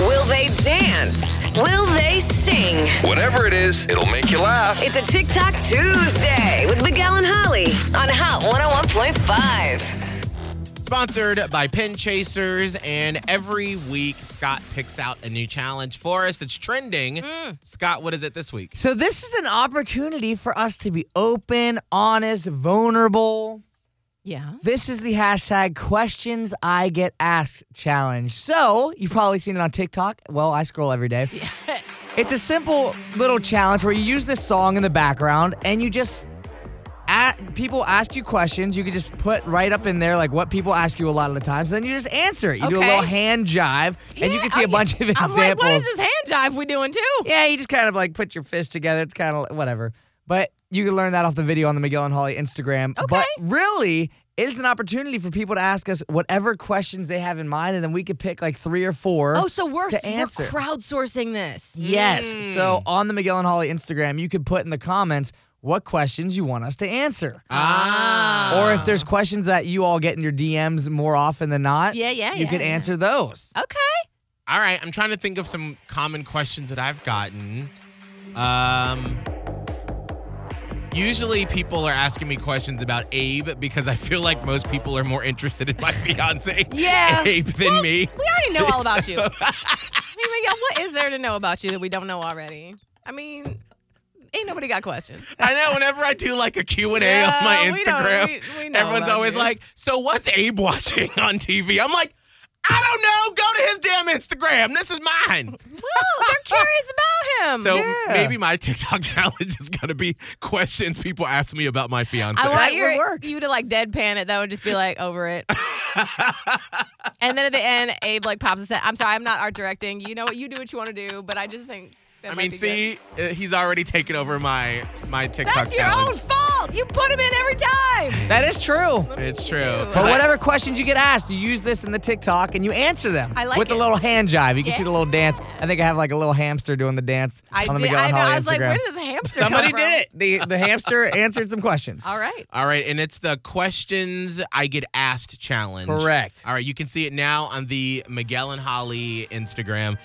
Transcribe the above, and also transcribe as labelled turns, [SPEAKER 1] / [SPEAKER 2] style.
[SPEAKER 1] Will they dance? Will they sing?
[SPEAKER 2] Whatever it is, it'll make you laugh.
[SPEAKER 1] It's a TikTok Tuesday with Miguel and Holly on Hot 101.5.
[SPEAKER 3] Sponsored by Pin Chasers, and every week Scott picks out a new challenge for us that's trending.
[SPEAKER 4] Hmm.
[SPEAKER 3] Scott, what is it this week?
[SPEAKER 4] So this is an opportunity for us to be open, honest, vulnerable.
[SPEAKER 5] Yeah.
[SPEAKER 4] This is the hashtag questions I get asked challenge. So you've probably seen it on TikTok. Well, I scroll every day. It's a simple little challenge where you use this song in the background and you just a people ask you questions. You can just put right up in there like what people ask you a lot of the times. then you just answer it. You do a
[SPEAKER 5] Okay.
[SPEAKER 4] little hand jive and you
[SPEAKER 5] Yeah,
[SPEAKER 4] can see
[SPEAKER 5] I-
[SPEAKER 4] a bunch of examples.
[SPEAKER 5] I'm like, what is this hand jive we doing too?
[SPEAKER 4] Yeah, you just kind of like put your fist together. It's kind of whatever. But you can learn that off the video on the Miguel and Holly Instagram.
[SPEAKER 5] Okay.
[SPEAKER 4] But really, it is an opportunity for people to ask us whatever questions they have in mind, and then we could pick like three or four.
[SPEAKER 5] Oh, so we're,
[SPEAKER 4] to
[SPEAKER 5] we're
[SPEAKER 4] answer.
[SPEAKER 5] crowdsourcing this.
[SPEAKER 4] yes. So on the Miguel and Holly Instagram, you could put in the comments what questions you want us to answer.
[SPEAKER 3] Ah.
[SPEAKER 4] Or if there's questions that you all get in your DMs more often than not,
[SPEAKER 5] Yeah, yeah,
[SPEAKER 4] you
[SPEAKER 5] yeah,
[SPEAKER 4] could
[SPEAKER 5] yeah.
[SPEAKER 4] answer those.
[SPEAKER 5] Okay.
[SPEAKER 3] All right, I'm trying to think of some common questions that I've gotten. Um, usually people are asking me questions about Abe because I feel like most people are more interested in my fiance,
[SPEAKER 4] Yeah.
[SPEAKER 3] Abe, than me.
[SPEAKER 5] We already know all about you. I mean, Miguel, what is there to know about you that we don't know already? I mean, ain't nobody got questions.
[SPEAKER 3] I know. Whenever I do like a Q and A
[SPEAKER 5] Yeah,
[SPEAKER 3] on my
[SPEAKER 5] we don't-
[SPEAKER 3] Instagram,
[SPEAKER 5] we- we know
[SPEAKER 3] everyone's
[SPEAKER 5] about
[SPEAKER 3] always
[SPEAKER 5] you.
[SPEAKER 3] like, "So what's Abe watching on TV?" I'm like, "I don't know. Go to his damn Instagram. This is mine."
[SPEAKER 5] Well, they're curious about him.
[SPEAKER 3] So
[SPEAKER 4] Yeah.
[SPEAKER 3] maybe my TikTok challenge is gonna be questions people ask me about my fiance.
[SPEAKER 5] I want
[SPEAKER 4] That would
[SPEAKER 5] your,
[SPEAKER 4] work.
[SPEAKER 5] you to like deadpan it though and just be like over it. and then at the end, Abe like pops and says, "I'm sorry, I'm not art directing. You know what? You do what you want to do, but I just think." that
[SPEAKER 3] I mean,
[SPEAKER 5] might be
[SPEAKER 3] see, uh, he's already taken over my my
[SPEAKER 5] good.
[SPEAKER 3] TikTok
[SPEAKER 5] that's your
[SPEAKER 3] challenge.
[SPEAKER 5] own fault. You put him in every time.
[SPEAKER 4] That is true.
[SPEAKER 3] It's true.
[SPEAKER 4] But
[SPEAKER 3] I-
[SPEAKER 4] whatever questions you get asked, you use this in the TikTok and you answer them.
[SPEAKER 5] I like
[SPEAKER 4] with a
[SPEAKER 5] it.
[SPEAKER 4] little hand jive. You can see the
[SPEAKER 5] Yeah.
[SPEAKER 4] little dance. I think I have like a little hamster doing the dance
[SPEAKER 5] I
[SPEAKER 4] on the
[SPEAKER 5] did.
[SPEAKER 4] Miguel
[SPEAKER 5] I,
[SPEAKER 4] and
[SPEAKER 5] know,
[SPEAKER 4] Holly
[SPEAKER 5] I was
[SPEAKER 4] Instagram.
[SPEAKER 5] like, where does this hamster?
[SPEAKER 4] Somebody
[SPEAKER 5] come from?
[SPEAKER 4] did it. The the hamster answered some questions.
[SPEAKER 5] All right.
[SPEAKER 3] All right, and it's the questions I get asked challenge.
[SPEAKER 4] Correct.
[SPEAKER 3] All right, you can see it now on the Miguel and Holly Instagram.